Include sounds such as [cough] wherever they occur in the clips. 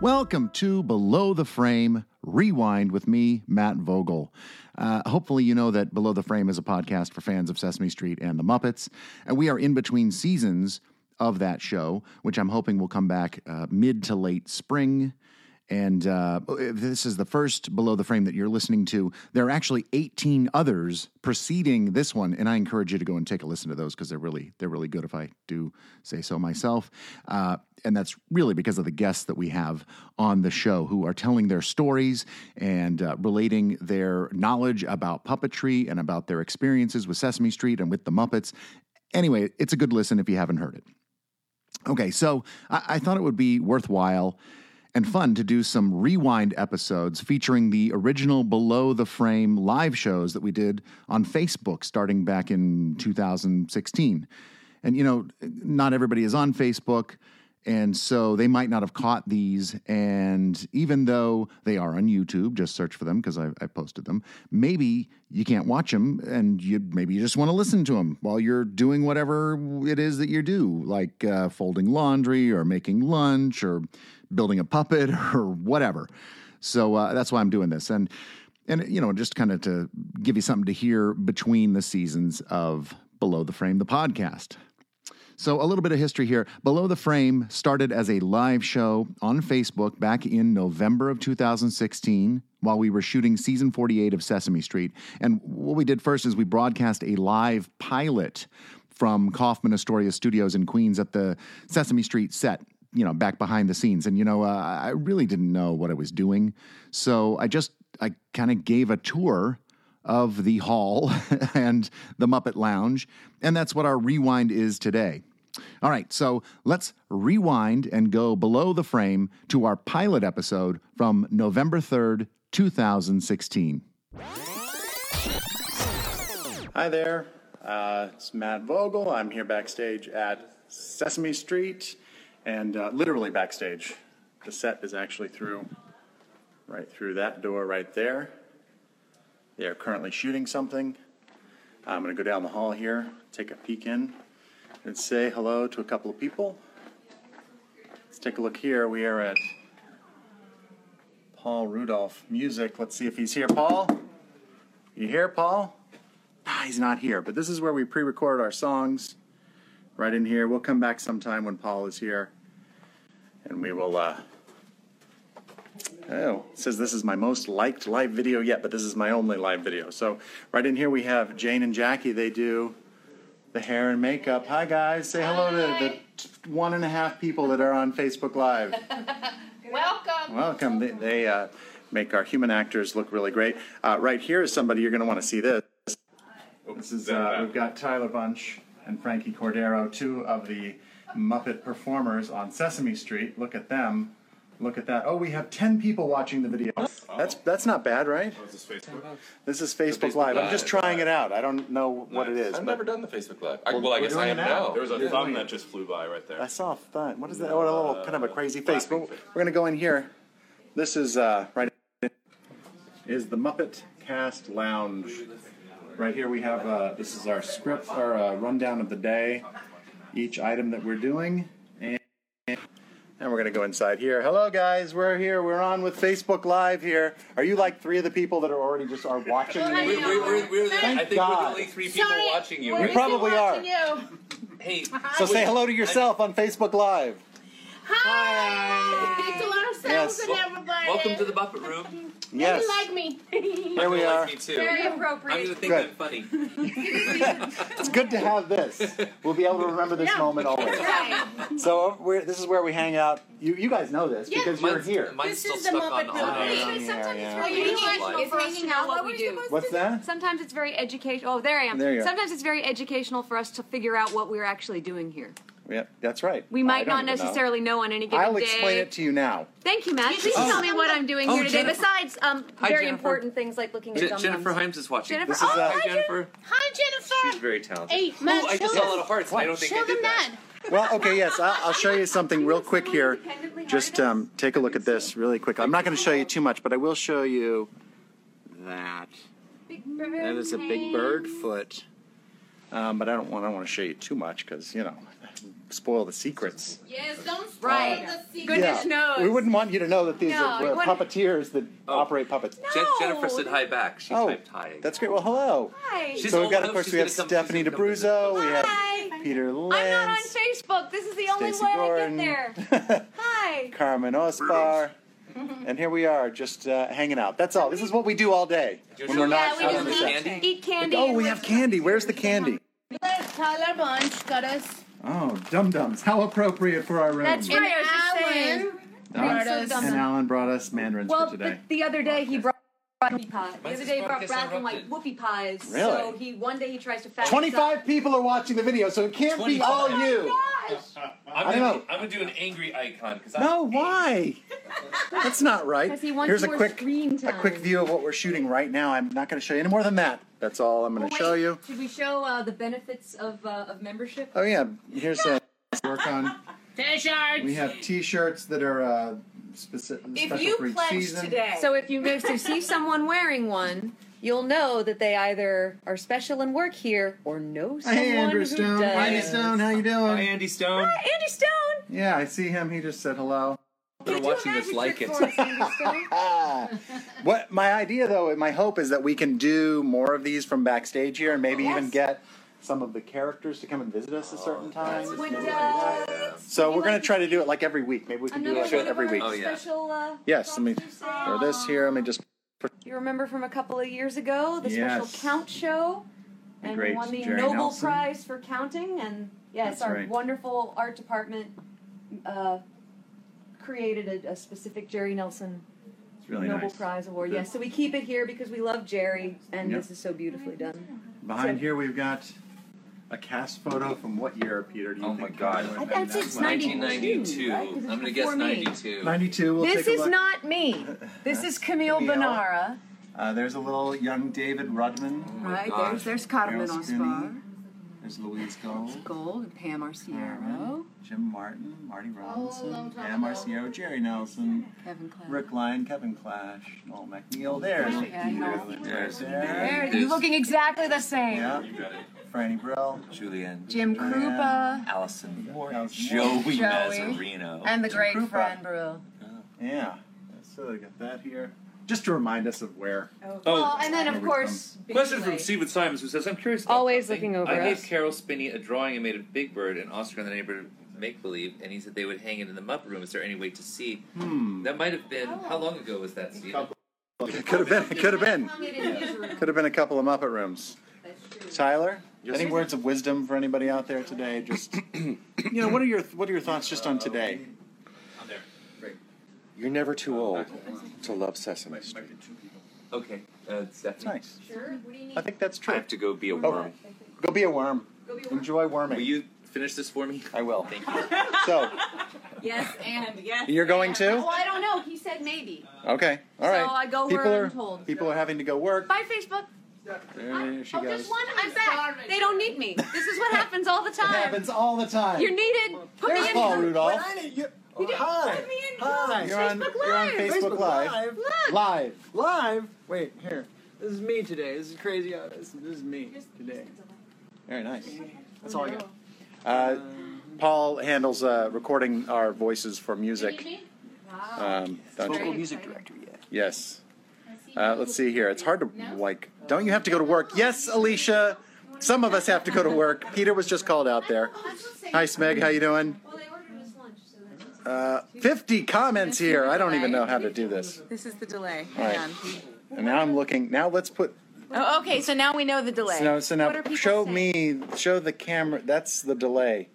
Welcome to Below the Frame Rewind with me, Matt Vogel. Uh, hopefully, you know that Below the Frame is a podcast for fans of Sesame Street and The Muppets, and we are in between seasons of that show, which I'm hoping will come back uh, mid to late spring. And uh, if this is the first Below the Frame that you're listening to. There are actually 18 others preceding this one, and I encourage you to go and take a listen to those because they're really they're really good. If I do say so myself, uh, and that's really because of the guests that we have on the show who are telling their stories and uh, relating their knowledge about puppetry and about their experiences with Sesame Street and with the Muppets. Anyway, it's a good listen if you haven't heard it. Okay, so I, I thought it would be worthwhile and fun to do some rewind episodes featuring the original Below the Frame live shows that we did on Facebook starting back in 2016. And, you know, not everybody is on Facebook. And so they might not have caught these. And even though they are on YouTube, just search for them because I, I posted them. Maybe you can't watch them, and you maybe you just want to listen to them while you're doing whatever it is that you do, like uh, folding laundry or making lunch or building a puppet [laughs] or whatever. So uh, that's why I'm doing this, and and you know just kind of to give you something to hear between the seasons of Below the Frame, the podcast. So, a little bit of history here. Below the Frame started as a live show on Facebook back in November of 2016 while we were shooting season 48 of Sesame Street. And what we did first is we broadcast a live pilot from Kaufman Astoria Studios in Queens at the Sesame Street set. You know, back behind the scenes. And, you know, uh, I really didn't know what I was doing. So I just, I kind of gave a tour of the hall [laughs] and the Muppet Lounge. And that's what our rewind is today. All right, so let's rewind and go below the frame to our pilot episode from November 3rd, 2016. Hi there. Uh, it's Matt Vogel. I'm here backstage at Sesame Street, and uh, literally backstage. The set is actually through, right through that door right there. They are currently shooting something. I'm going to go down the hall here, take a peek in, and say hello to a couple of people. Let's take a look here. We are at Paul Rudolph Music. Let's see if he's here. Paul? You here, Paul? Ah, he's not here, but this is where we pre record our songs right in here. We'll come back sometime when Paul is here and we will. Uh, Oh, it says this is my most liked live video yet, but this is my only live video. So, right in here we have Jane and Jackie. They do the hair and makeup. Hi guys, say hello to the t- one and a half people that are on Facebook Live. Welcome. Welcome. They, they uh, make our human actors look really great. Uh, right here is somebody you're going to want to see. This. This is uh, we've got Tyler Bunch and Frankie Cordero, two of the Muppet performers on Sesame Street. Look at them. Look at that. Oh, we have ten people watching the video. Oh. That's that's not bad, right? This is Facebook. This is Facebook, Facebook Live. I'm Live, just trying it out. I don't know what it is, I've but never done the Facebook Live. I, well, I we're guess I doing am it now. now. There was a thumb that just flew by right I there. saw a thud. What is that? Oh, a little kind of a crazy face. But flapping we're face. going to go in here. This is uh, right is the Muppet Cast Lounge. Right here we have uh, this is our script our uh, rundown of the day, each item that we're doing, and and we're going to go inside here. Hello guys, we're here. We're on with Facebook Live here. Are you like three of the people that are already just are watching? Well, the I We, video? know. we, we're, we're the, I Thank think we're God. the only three people Sorry, watching you. we're You probably busy are. watching you. hey, So say hello to yourself on Facebook Live. Hi. It's a lot of Yes. sounds and everybody. welcome to the Muppet Room. Yes. Yes. like me. Here we are. Like me too. Very I'm going to appropriate. think Good. I'm funny. [laughs] It's good to have this. We'll be able to remember this Yeah. moment always. Right. So uh, we're, this is where we hang out. You you guys know this Yeah. because you're Mine's, here. mine's This still is the stuck on Muppet all Room. night. Yeah, yeah. Well, you It's know what? it's making out what we do. What's that? Sometimes it's very educational. Oh, there I am. There you are. Sometimes it's very educational for us to figure out what we're actually doing here. Yeah, that's right. I We might don't not even know. necessarily know. on any given I'll day. explain it to you now. Thank you, Matt. Please tell me what I'm doing Oh, here today. Jennifer. Besides, um, Hi, very Jennifer. important things like looking at Je- dum-dums. Jennifer Himes is watching. Jennifer- This is, uh, Hi, Jennifer. Hi, Jennifer. She's very talented. Hey, Matt, Ooh, I show just saw a them- lot of hearts. and I don't think Show I did them that. that. Well, okay, yes, I'll, I'll show you something real quick here. Just um, take a look at this really quick. I'm not going to show you too much, but I will show you that. That is a big bird foot. Um, but I don't want I don't want to show you too much because you know [laughs] spoil the secrets. Yes, don't spoil Right. the secret. Good yeah. goodness knows. We wouldn't want you to know that these No, are we uh, wouldn't. puppeteers that operate puppets. Jen- No. Jennifer said hi back. Oh. She Oh, typed hi. That's great. Well, hello. Hi. She's So we've got, old of course, enough, we have she's gonna come- Stephanie she's gonna come DeBruzzo. We have Hi. Peter I'm not on Lenz, Facebook. This is the only Stacey way Gordon. I get there. [laughs] Hi. Carmen Osbar. And here we are, just uh, hanging out. That's all. This is what we do all day when we're Yeah, not we out just on the eat- set. candy? Eat candy. Oh, and we live- have candy. Where's the candy? Tyler Bunch got us Oh, dum dums. How appropriate for our room. That's an right. I was just saying. Alan. Dums. So dumb. And Alan brought us mandarins Well, for today. but the other day he brought whoopie pie. The Mine's other just day he brought podcast black and white interrupted. whoopie pies. Really? So he one day he tries to fat. us up. 25 people are watching the video, so it can't be 25. all you. Gosh. I'm I gonna, don't know. I'm gonna do an angry icon because No, why? That's not right. Because he wants Here's a more quick, screen a quick time. view of what we're shooting right now. I'm not going to show you any more than that. That's all I'm going to Wait, show you. Should we show uh, the benefits of uh, of membership? Oh yeah, here's a. Work on. T-shirts. We have T-shirts that are uh, specific. If special you for each pledge season. today, So if you if you see someone wearing one, you'll know that they either are special and work here or know someone Hey, Andrew who Stone. does. Andy Stone, how you doing? Hi, Andy Stone. Hi, Andy Stone. Yeah, I see him. He just said hello. They're watching this like it. [laughs] What my idea though, my hope is that we can do more of these from backstage here, and maybe even get some of the characters to come and visit us at certain times. Would, uh, So we're going to try to do it like every week. Maybe we can do another like one of every our week. Oh, yeah. special. Uh, Yes, let me sponsors say- throw this here. Let me just. You remember from a couple of years ago, the Yes. special count show, and great won the Jerry Nobel Nelson. Prize for counting. And yes, That's our right. wonderful art department uh, created a, a specific Jerry Nelson It's really Nobel nice. Prize award. Good. Yes, so we keep it here because we love Jerry, and Yep. this is so beautifully done. Behind here, we've got a cast photo from what year, Peter? Do you Oh think my God. that would I have been thought it's that one? 1992. right? 'Cause I'm it's gonna before guess me. 92. 92. We'll this take a is look. not me. This is Camille Camille. Benara. Uh, there's a little young David Rudman. Oh, right gosh. there's there's Carmen Carol Osbar, There's Louise Gold. Gold, and Pam Arciero, Carmen, Jim Martin, Marty Robinson, long time Pam ago. Arceo, Jerry Nelson, Kevin Clown. Rick Lyon, Kevin Clash, Noel McNeil. There's Oh, yeah, Peter. Noel. There's There, there. you're looking exactly the same. Yeah. You got it. Franny Brill. Julianne, Jim Krupa Allison, Allison Joey, Joey. Mazzarino. and the great Krupa. Fran Brill. Yeah. So they got that here. Just to remind us of where. Well, and then Here of we course, Big Question from Clay. Steven Simons who says, I'm curious about Always something. looking over I us. gave Carol Spinney a drawing I made of Big Bird and Oscar and the neighbor make believe, and he said they would hang it in the Muppet Room. Is there any way to see? Hmm. That might have been, how long ago was that, Steven? It could have been. It could have been. Hung it in his room. Could have been a couple of Muppet rooms. That's true. Tyler, any words of wisdom for anybody out there today? [clears throat] Just you know, what are your what are your thoughts just on today? You're never too old to love Sesame Street. Okay, uh, It's Stephanie. nice. Sure. What [laughs] do you need? I think that's I true. have to go be a worm. Go be a worm. Go be a worm. Enjoy worming. Will you finish this for me? I will. Thank you. So Yes, and yes. you're going and. too? Well, I don't know. He said maybe. Okay. All right. So I go people where are I'm told. people are having to go work. Bye, Facebook. There she oh, goes. just one. I'm back. They don't need me. This is what happens all the It time. happens all the time. You're needed. Put There's me in. Paul Rudolph. You didn't Hi. put me in. Hi. You're on, Facebook you're on Live. Facebook, Live. Look. Live. Live. Wait, here. This is me today. This is crazy. uh, This, this is me today. Very nice. That's all I got. Uh, Paul handles uh, recording our voices for music. Wow. Um, don't Vocal you? Very music exciting. director yet. Yes. Uh, let's see here. It's hard to like. Don't you have to go to work? Yes, Alicia. Some of us have to go to work. Peter was just called out there. Hi, Smeg. How you doing? Well, they ordered us lunch, so that's. Uh, Fifty comments here. I don't even know how to do this. This is the delay. All right. And now I'm looking. Now let's put. Oh, okay, so now we know the delay. So, so What are now people show saying? me. Show the camera. That's the delay.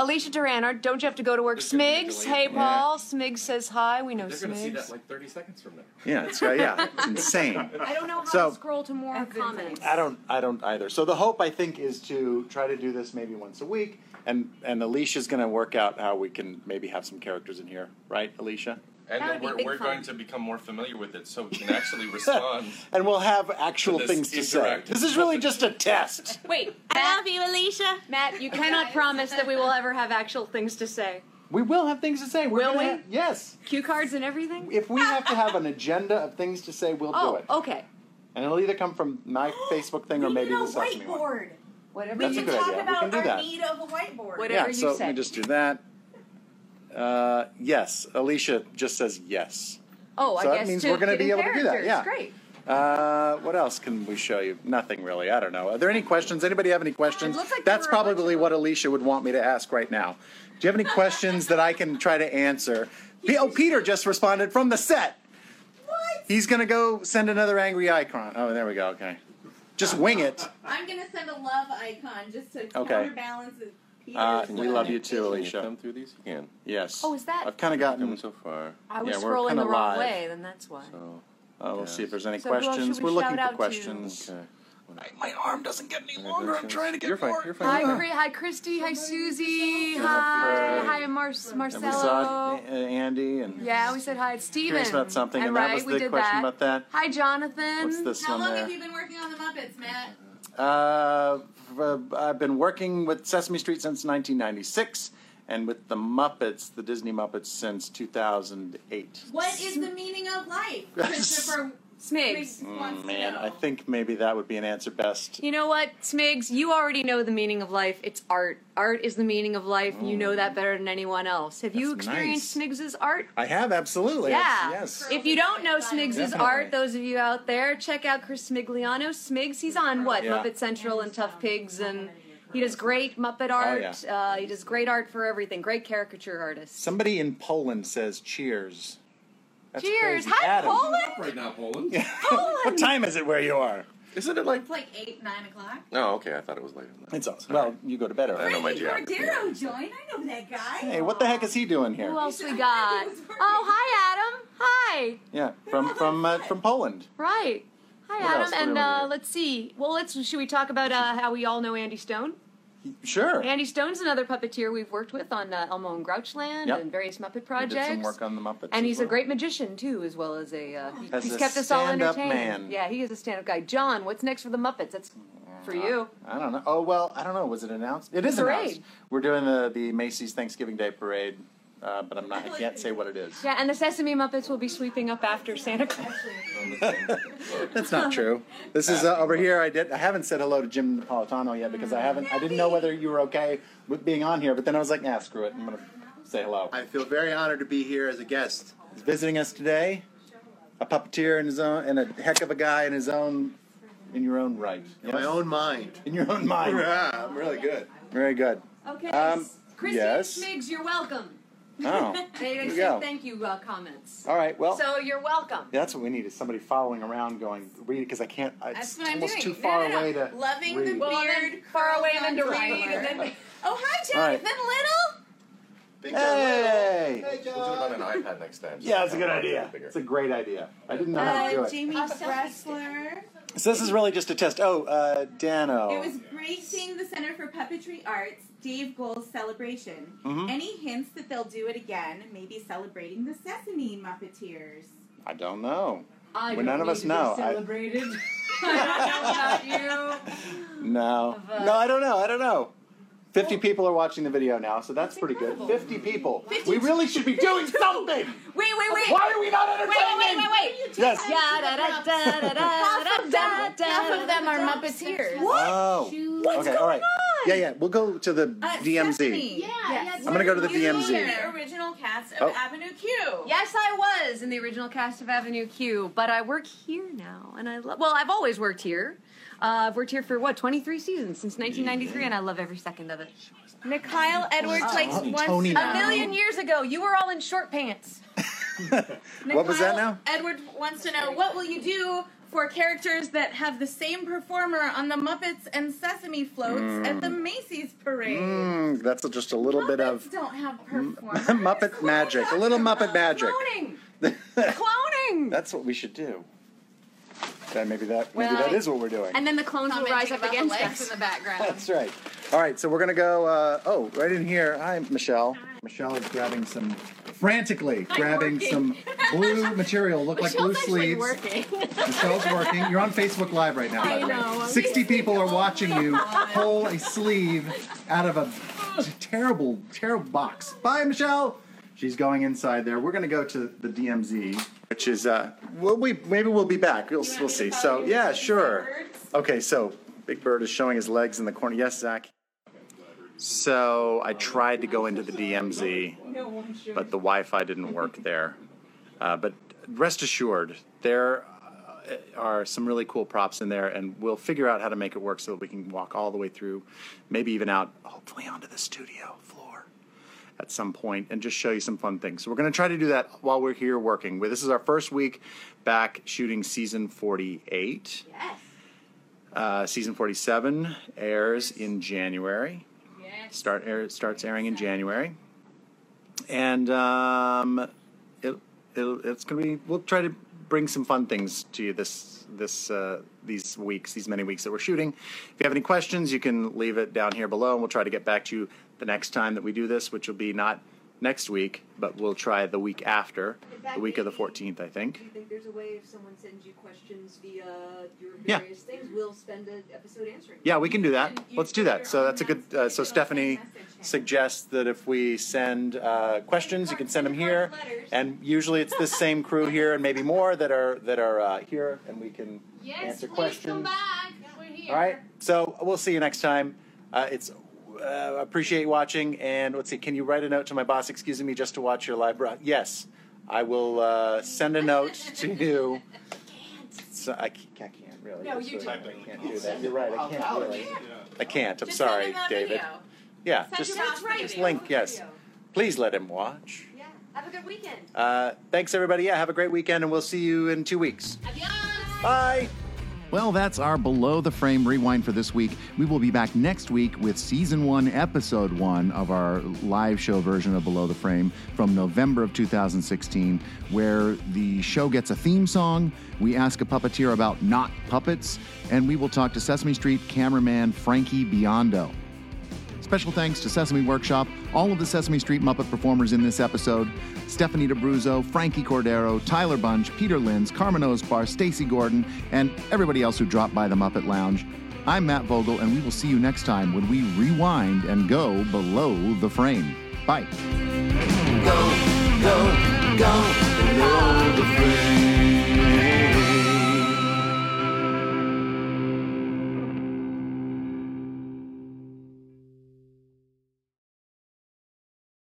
Alicia Duranard, don't you have to go to work? There's gonna be a Smigs, delay. hey Yeah. Paul. Smigs says hi. We know They're going to see that Smigs. like 30 seconds from now. Yeah. It's yeah. It's insane. I don't know how So- to scroll to more comments. I don't I don't either. So the hope I think is to try to do this maybe once a week and and Alicia's going to work out how we can maybe have some characters in here, right, Alicia? And then That would be we're, big we're fun. going to become more familiar with it so we can actually [laughs] respond. [laughs] And we'll have actual So this things to say. interact- This is really just a test. Wait, I love you, Alicia. Matt, you cannot promise that we will ever have actual things to say. We will have things to say. We're Will gonna we? have- yes. Cue cards and everything. If we have to have an agenda of things to say, we'll do Oh, it. okay. And it'll either come from my Facebook thing or maybe the Sesame one. Whatever That's you a good idea. We can do that. Whatever Yeah, you so say. let me just do that. Uh, yes, Alicia just says yes. Oh, So I that guess means to, we're gonna to be able to do that, characters. yeah. Great. Uh, what else can we show you? Nothing really. I don't know. Are there any questions? Anybody have any questions? looks like there That's were a bunch probably what Alicia would want me to ask right now. Do you have any questions that I can try to [laughs] answer? Pe- oh, Peter just responded from the set. What? He's gonna go send another angry icon. Oh, there we go. Okay, just wing it. I'm gonna send a love icon just to counterbalance it. Peter's Uh, we love. love you too, Can you Alicia. thumb through these? Hmm. You can. Yes. Oh, is that- I've kind of Coming gotten. so far. I was Yeah, we're scrolling kinda the wrong live. way, then that's why. So, Oh, we'll Yes. see if there's any So who else should questions. we We're looking shout for out to? questions. okay. My arm doesn't get any longer. I'm trying to get You're fine. more. You're Hi, fine. Chri- hi, Christy. Hi, Susie. Hi, hi, Mar- And we saw Marcelo. uh, Andy and Yeah, we said hi. It's Steven. curious about something, And and right, that was we the did question about that. Hi, Jonathan. What's this How one long there? have you been working on the Muppets, Matt? Uh, f- I've been working with Sesame Street since 1996, and with the Muppets, the Disney Muppets, since 2008. What is the meaning of [laughs] life, Christopher? Smigs. Briggs wants Mm, to Man, know. I think maybe that would be an answer best. You know what, Smigs? You already know the meaning of life. It's art. Art is the meaning of life. You know that better than anyone else. Have you Mm. That's experienced Smigs's art? I have absolutely. Yeah. Yes. If you don't know Smigs's Definitely. art, those of you out there, check out Chris Smigliano. Smigs, he's on what? Yeah. Muppet Central and Tough Pigs, and he does great Oh, Muppet art. uh, he does great art for everything. Great caricature artist. Somebody in Poland says cheers. That's Cheers! crazy. Hi, Adam. Poland! Right now, Poland. [laughs] What time is it where you are? Isn't it like? It's like eight, nine o'clock. Oh, okay. I thought it was later. Than that. It's awesome. Sorry. Well, you go to bed I early. know my Hey, geography. Cordero joined. I know that guy. Hey, what the heck is he doing here? Who else we got? He was working. Oh, hi, Adam. Hi. Yeah, from from uh, from Poland. Right. Hi, What else? Adam. What And do we wanna uh, do? let's see. Well, let's. Should we talk about uh, how we all know Andy Stone? Sure. Andy Stone's another puppeteer we've worked with on uh, Elmo and Grouchland Yep. and various Muppet He projects. did some work on the Muppets. and as he's a well. great magician too, as well as a. Oh. Uh, he- As he's a kept us all stand-up entertained. man. Yeah, he is a stand-up guy. John, what's next for the Muppets? That's for you. I don't know. Oh well, I don't know. Was it announced? It is Parade. announced. We're doing the the Macy's Thanksgiving Day Parade, uh, but I'm not. I can't say what it is. Yeah, and the Sesame Muppets will be sweeping up after Santa Claus. That's not true. This is uh, over here. I did. I haven't said hello to Jim Napolitano yet because I haven't. I didn't know whether you were okay with being on here, but then I was like, ah, screw it. I'm gonna say hello. I feel very honored to be here as a guest. He's visiting us today. A puppeteer in his own, and a heck of a guy in his own, in your own right. In my Yes? own mind. In your [laughs] own mind. Yeah, I'm really good. Very Ah, good. Okay. Um, Christy yes. Smigs, you're welcome. Oh. They you didn't go. say thank you uh, comments. All right. Well, So you're welcome. that's what we need is somebody following around going read it because I can't. I, That's it's what I'm almost doing. too No, far no, no. away to Loving the read. beard. Well, then, far away than to curls on read, collar. and then- oh, hi, All right. Jonathan Little. Big Hey. Hey, We'll do it John. on an iPad next time. Yeah, it's a good idea. Bigger. It's a great idea. I didn't know how to do Uh, it. Jamie Bressler. So this is really just a test. Oh, uh, Dano. It was great seeing the Center for Puppetry Arts, Dave Gold's celebration. Mm-hmm. Any hints that they'll do it again, maybe celebrating the Sesame Muppeteers? I don't know. I Well, none don't of need us to be know. I- [laughs] Celebrated. [laughs] I, don't know about you. No. uh, No, I don't know. I don't know. 50 people are watching the video now, so that's pretty good. 50 people. We really should be doing something! Wait, wait, wait. Why are we not entertaining? wait, wait, wait, wait. Yes. Yeah, da, da, da, da, da, da, da, Half da, of them are da, da. Muppeteers. What? Oh. What's okay, all right. Yeah, yeah. We'll go to the Uh, DMZ. Sesame. Yes. I'm gonna go to the You were DMZ. the original cast of Oh. Avenue Q. Yes, I was in the original cast of Avenue Q, but I work here now, and I love. Well, I've always worked here. Uh, I've worked here for what 23 seasons since 1993, and I love every second of it. Mikhail Edwards likes Tony, once Tony a now. A million years ago, you were all in short pants. What was that Kyle now? Edward wants to know what will you do for characters that have the same performer on the Muppets and Sesame floats at the Macy's parade? Mm, that's just a little Muppets bit of don't have [laughs] performers. Muppet magic. A little Muppet magic. Cloning, [laughs] cloning. That's what we should do. That maybe that maybe Well, that I- is what we're doing. And then the clones will rise up against us. in [laughs] the [laughs] background. That's right. All right, so we're gonna go. Uh, oh, right in here. Hi, Michelle. Michelle is grabbing some, frantically grabbing working. some [laughs] blue material. Look like blue Michelle's actually sleeves. working. Michelle's working. You're on Facebook Live right now. by the way. know. Sixty people are watching you pull a sleeve out of a terrible, terrible box. Bye, Michelle. She's going inside there. We're gonna go to the DMZ, which is uh, we'll we maybe we'll be back. We'll, we'll see. So yeah, sure. Okay, so Big Bird is showing his legs in the corner. Yes, Zach. So I tried to go into the DMZ, but the Wi-Fi didn't work there. Uh, but rest assured, there uh, are some really cool props in there, and we'll figure out how to make it work so that we can walk all the way through, maybe even out, hopefully onto the studio floor at some point and just show you some fun things. So we're going to try to do that while we're here working. This is our first week back shooting season 48. Yes. Uh, season 47 airs in January. Yes. Start air, starts airing in January. And um, it, it'll it's going to be we'll try to bring some fun things to you this this uh, these weeks, these many weeks that we're shooting. If you have any questions, you can leave it down here below and we'll try to get back to you the next time that we do this, which will be not next week, but we'll try the week after, the week of the 14th, I think. Do you think there's a way if someone sends you questions via your Yeah. various things, we'll spend an episode answering? Yeah, we can do that. Let's do that. So that's a good. Uh, so Stephanie suggests that if we send uh, questions, you can send them here, and usually it's this same crew here and maybe more that are that are uh, here, and we can answer questions. back. We're here. All right. So we'll see you next time. Uh, it's uh, appreciate you watching, and let's see. Can you write a note to my boss excusing me just to watch your live broad? Yes, I will uh, send a [laughs] note to you. So I, c- I can't really. No, you Sorry, do. I can't do that. You're right. I can't really. I can't. I'm Oh, Just send sorry, him a David. video. Yeah, Send just, him a just video. link. Yes, please let him watch. Yeah. Have a good weekend. Uh, thanks, everybody. Yeah, have a great weekend, and we'll see you in two weeks. Adios. Bye. Well, that's our Below the Frame rewind for this week. We will be back next week with season one, episode one of our live show version of Below the Frame from November of 2016, where the show gets a theme song. We ask a puppeteer about not puppets, and we will talk to Sesame Street cameraman Frankie Biondo. Special thanks to Sesame Workshop, all of the Sesame Street Muppet performers in this episode Stephanie DeBruzzo, Frankie Cordero, Tyler Bunch, Peter Linz, Carmen Osbar, Stacy Gordon, and everybody else who dropped by the Muppet Lounge. I'm Matt Vogel, and we will see you next time when we rewind and go below the frame. Bye. Go, go, go below the